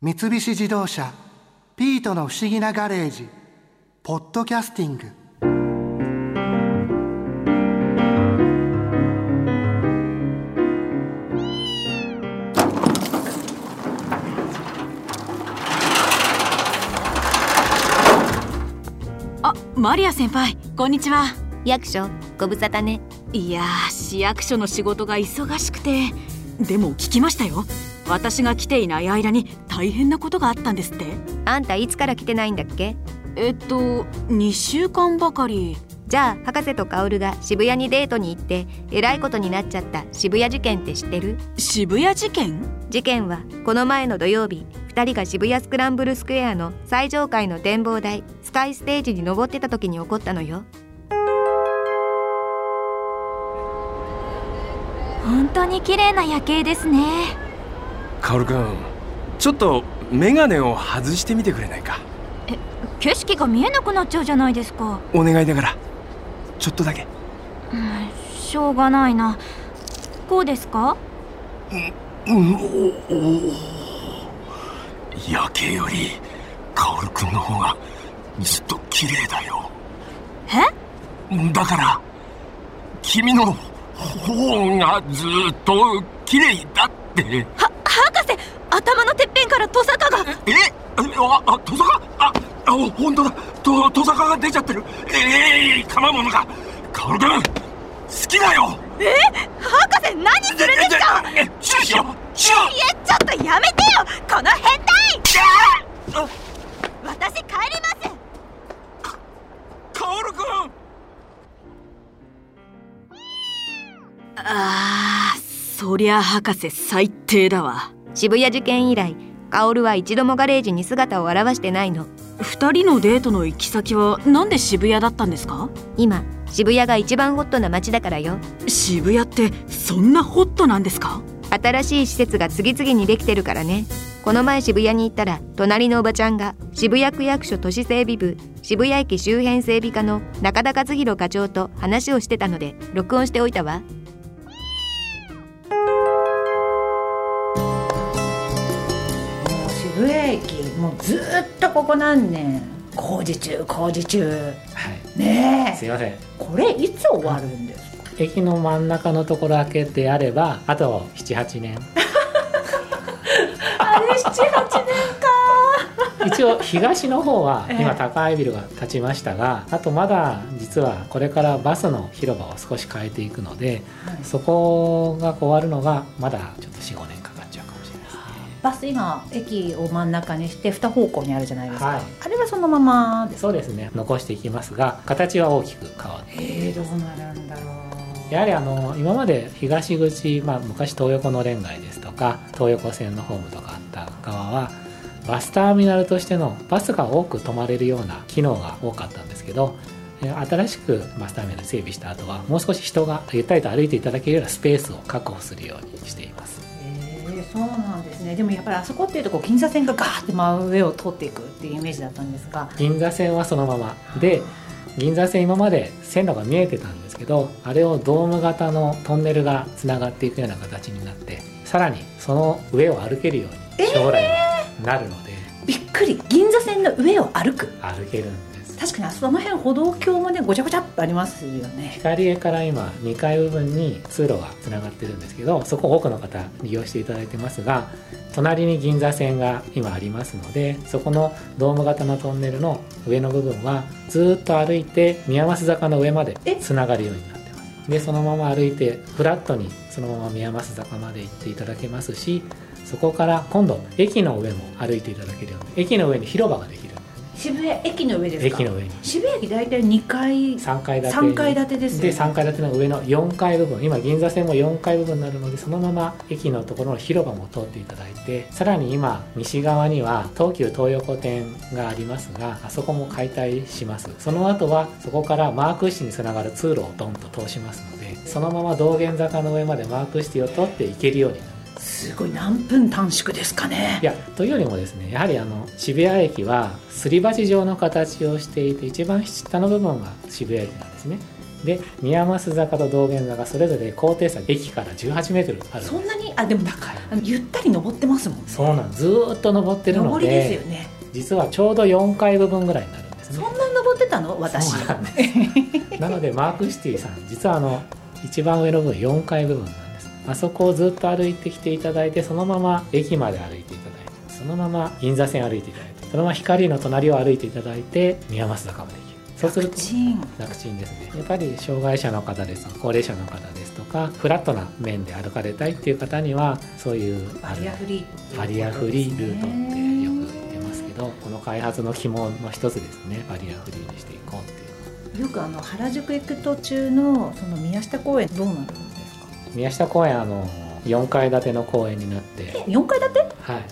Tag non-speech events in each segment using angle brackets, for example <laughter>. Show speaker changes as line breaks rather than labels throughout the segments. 三菱自動車「ピートの不思議なガレージ」「ポッドキャスティング」
あマリア先輩こんにちは
役所ご無沙汰ね
いやー市役所の仕事が忙しくてでも聞きましたよ私が来ていない間に大変なことがあったんですって
あんたいつから来てないんだっけ
えっと2週間ばかり
じゃあ博士と薫が渋谷にデートに行ってえらいことになっちゃった渋谷事件って知ってる
渋谷事件
事件はこの前の土曜日2人が渋谷スクランブルスクエアの最上階の展望台スカイステージに登ってた時に起こったのよ
本当に綺麗な夜景ですね
カオル君ちょっとメガネを外してみてくれないか
景色が見えなくなっちゃうじゃないですか
お願いだからちょっとだけ
しょうがないなこうですか
うんおお夜景よりカオル君の方がずっと綺麗だよえだから君の方がずっと綺麗だって
は博士頭のてっぺんからトサカが
えあ、あ、トサカあ、あ、本当だと、トサカが出ちゃってるええー、かまものかカオル君好きだよ
博士何するんですか
え、シュッシュシュ
いえちょっとやめてよこの変態
ッあ
私帰ります
カオル君
あーそりゃ博士最低だわ
渋谷事件以来薫は一度もガレージに姿を現してないの
2人のデートの行き先はなんで渋谷だったんですか
今渋谷が一番ホットな街だからよ
渋谷ってそんなホットなんですか
新しい施設が次々にできてるからねこの前渋谷に行ったら隣のおばちゃんが渋谷区役所都市整備部渋谷駅周辺整備課の中田和弘課長と話をしてたので録音しておいたわ
もう渋谷駅もうずーっとここ何年工事中工事中
はい、
ね
す
え
いません
これいつ終わるんですか
駅の真ん中のところだけであればあと78年
あれ78年 <laughs>
一応東の方は
ええ
今高いビルが建ちましたがあとまだ実はこれからバスの広場を少し変えていくのでそこが終わるのがまだちょっと45年かかっちゃうかもしれないですね
バス今駅を真ん中にして2方向にあるじゃないですか、
はい
あれはそのままです
そうですね残していきますが形は大きく変わる
えー、どうなるんだろう
やはりあの今まで東口、まあ、昔東横の連街ですとか東横線のホームとかあった側はバスターミナルとしてのバスが多く止まれるような機能が多かったんですけどえー新しくバスターミナル整備した後はもう少し人がゆったりと歩いていただけるようなスペースを確保するようにしています
えーそうなんですねでもやっぱりあそこっていうとこう銀座線がガーって真上を通っていくっていうイメージだったんですが
銀座線はそのままで銀座線今まで線路が見えてたんですけどあれをドーム型のトンネルがつながっていくような形になってさらにその上を歩けるように将来はなるので、
びっくり銀座線の上を歩く
歩けるんです
確かにあその辺歩道橋もねごちゃごちゃっとありますよね
光栄から今2階部分に通路がつながってるんですけどそこを多くの方利用していただいてますが隣に銀座線が今ありますのでそこのドーム型のトンネルの上の部分はずーっと歩いて宮益坂の上まで
え
つながるようになってますでそのまま歩いてフラットにそのまま宮益坂まで行っていただけますしそこから今度駅の上も歩いていただけるように駅の上に広場ができる
渋谷駅の上ですか
駅の上に
渋谷駅大体2階
3階建て
3階建てですよね
で3階建ての上の4階部分今銀座線も4階部分になるのでそのまま駅のところの広場も通っていただいてさらに今西側には東急東横店がありますがあそこも解体しますその後はそこからマークシティにつながる通路をドンと通しますのでそのまま道玄坂の上までマークシティを通って行けるようになる
すごい何分短縮ですかね
いやというよりもですねやはりあの渋谷駅はすり鉢状の形をしていて一番下の部分が渋谷駅なんですねで宮益坂と道玄坂それぞれ高低差駅から18メートルある
そんなにあでも高
い
あのゆったり登ってますもんね
そうなんずーっと登ってるの
登
で
りですよね
実はちょうど4階部分ぐらいになるんです
そ
ね
んなに登ってたの私
そうなんです
<laughs>
なのでマークシティさん実はあの一番上の部分4階部分なんですあそこをずっと歩いてきていただいてそのまま駅まで歩いていただいてそのまま銀座線歩いていただいてそのまま光の隣を歩いていただいて宮益坂まで行けるそうすると
チーン
楽ちんですねやっぱり障害者の方ですとか高齢者の方ですとかフラットな面で歩かれたいっていう方にはそういう
バリアフリー
バリアフリールートってよく言ってますけどこの開発の肝の一つですねバリアフリーにしていこうっていう
よくあの原宿行く途中のその宮下公園どうなるんですか
宮下公園あの4階建ての公園になって、
4階建て
はい、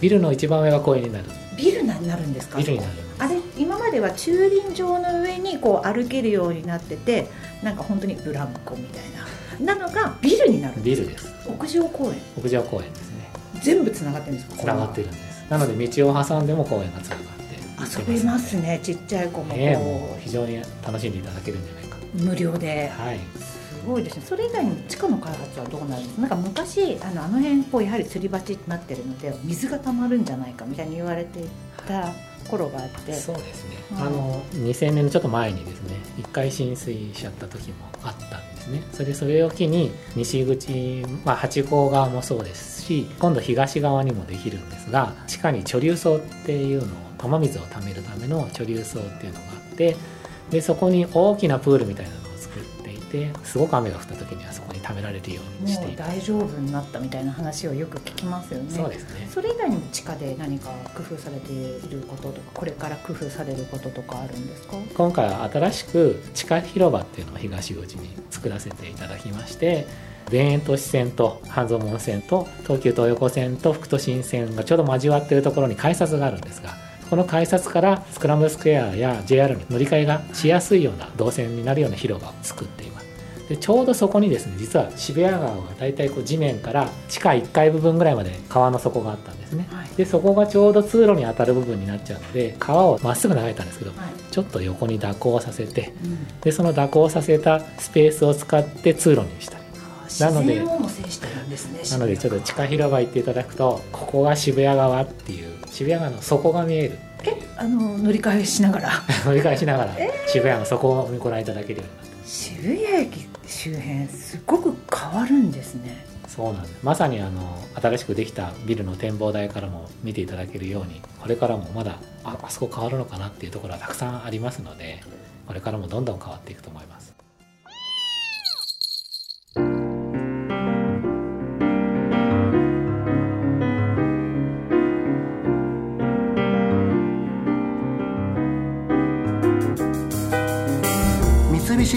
ビルの一番上が公園になる
ビルになるんですか
ビルになる
あれ今までは駐輪場の上にこう歩けるようになっててなんか本当にブランコみたいななのがビルになる
ビルです
屋上公園
屋上公園ですね
全部つながってるんですか
つながって
る
るんですなので道を挟んでも公園がつながって
遊べますねちっちゃい子もこう、
ねえもう非常に楽しんでいただけるんじゃないか
無料で
はい
すごいですねそれ以外に地下の開発はどうなるんですかなんか昔あのあの辺こうやはりすり鉢になってるので水が溜まるんじゃないかみたいに言われていた頃があって
そうですね、
うん
あの2000年のちょっと前にですね一回浸水しちゃった時もあったんですねそれでそれを機に西口、まあ、八甲側もそうですし今度東側にもできるんですが地下に貯留槽っていうのを雨水を貯めるための貯留槽っていうのがあってでそこに大きなプールみたいなのを作っていてすごく雨が降った時にはそこに貯められるようにして
もう
いた
大丈夫になったみたいな話をよく聞きますよね
そうですね
それ以外にも地下で何か工夫されていることとかこれから工夫されることとかあるんですか
今回は新しく地下広場っていうのを東口に作らせていただきまして田園都市線と半蔵門線と東急東横線と副都心線がちょうど交わっているところに改札があるんですがこの改札からスクランブルスクエアや JR の乗り換えがしやすいような動線になるような広場を作っていますでちょうどそこにですね実は渋谷川が大体こう地面から地下1階部分ぐらいまで川の底があったんですね、
はい
でそこがちょうど通路に当たる部分になっちゃうので川をまっすぐ流れたんですけど、
はい
ちょっと横に蛇行させてでその蛇行させたスペースを使って通路にしたりなので
自然をも制してるんですね
なのでちょっと地下広場行っていただくとここが渋谷川っていう渋谷川の底が見える <laughs> っていう
あの乗り換えしながら <laughs>
乗り換えしながら渋谷の底をご覧いただけるようになって
渋谷駅周辺すごく変わるんですね
そうなんですまさにあの新しくできたビルの展望台からも見ていただけるようにこれからもまだああそこ変わるのかなっていうところはたくさんありますのでこれからもどんどん変わっていくと思います。
三菱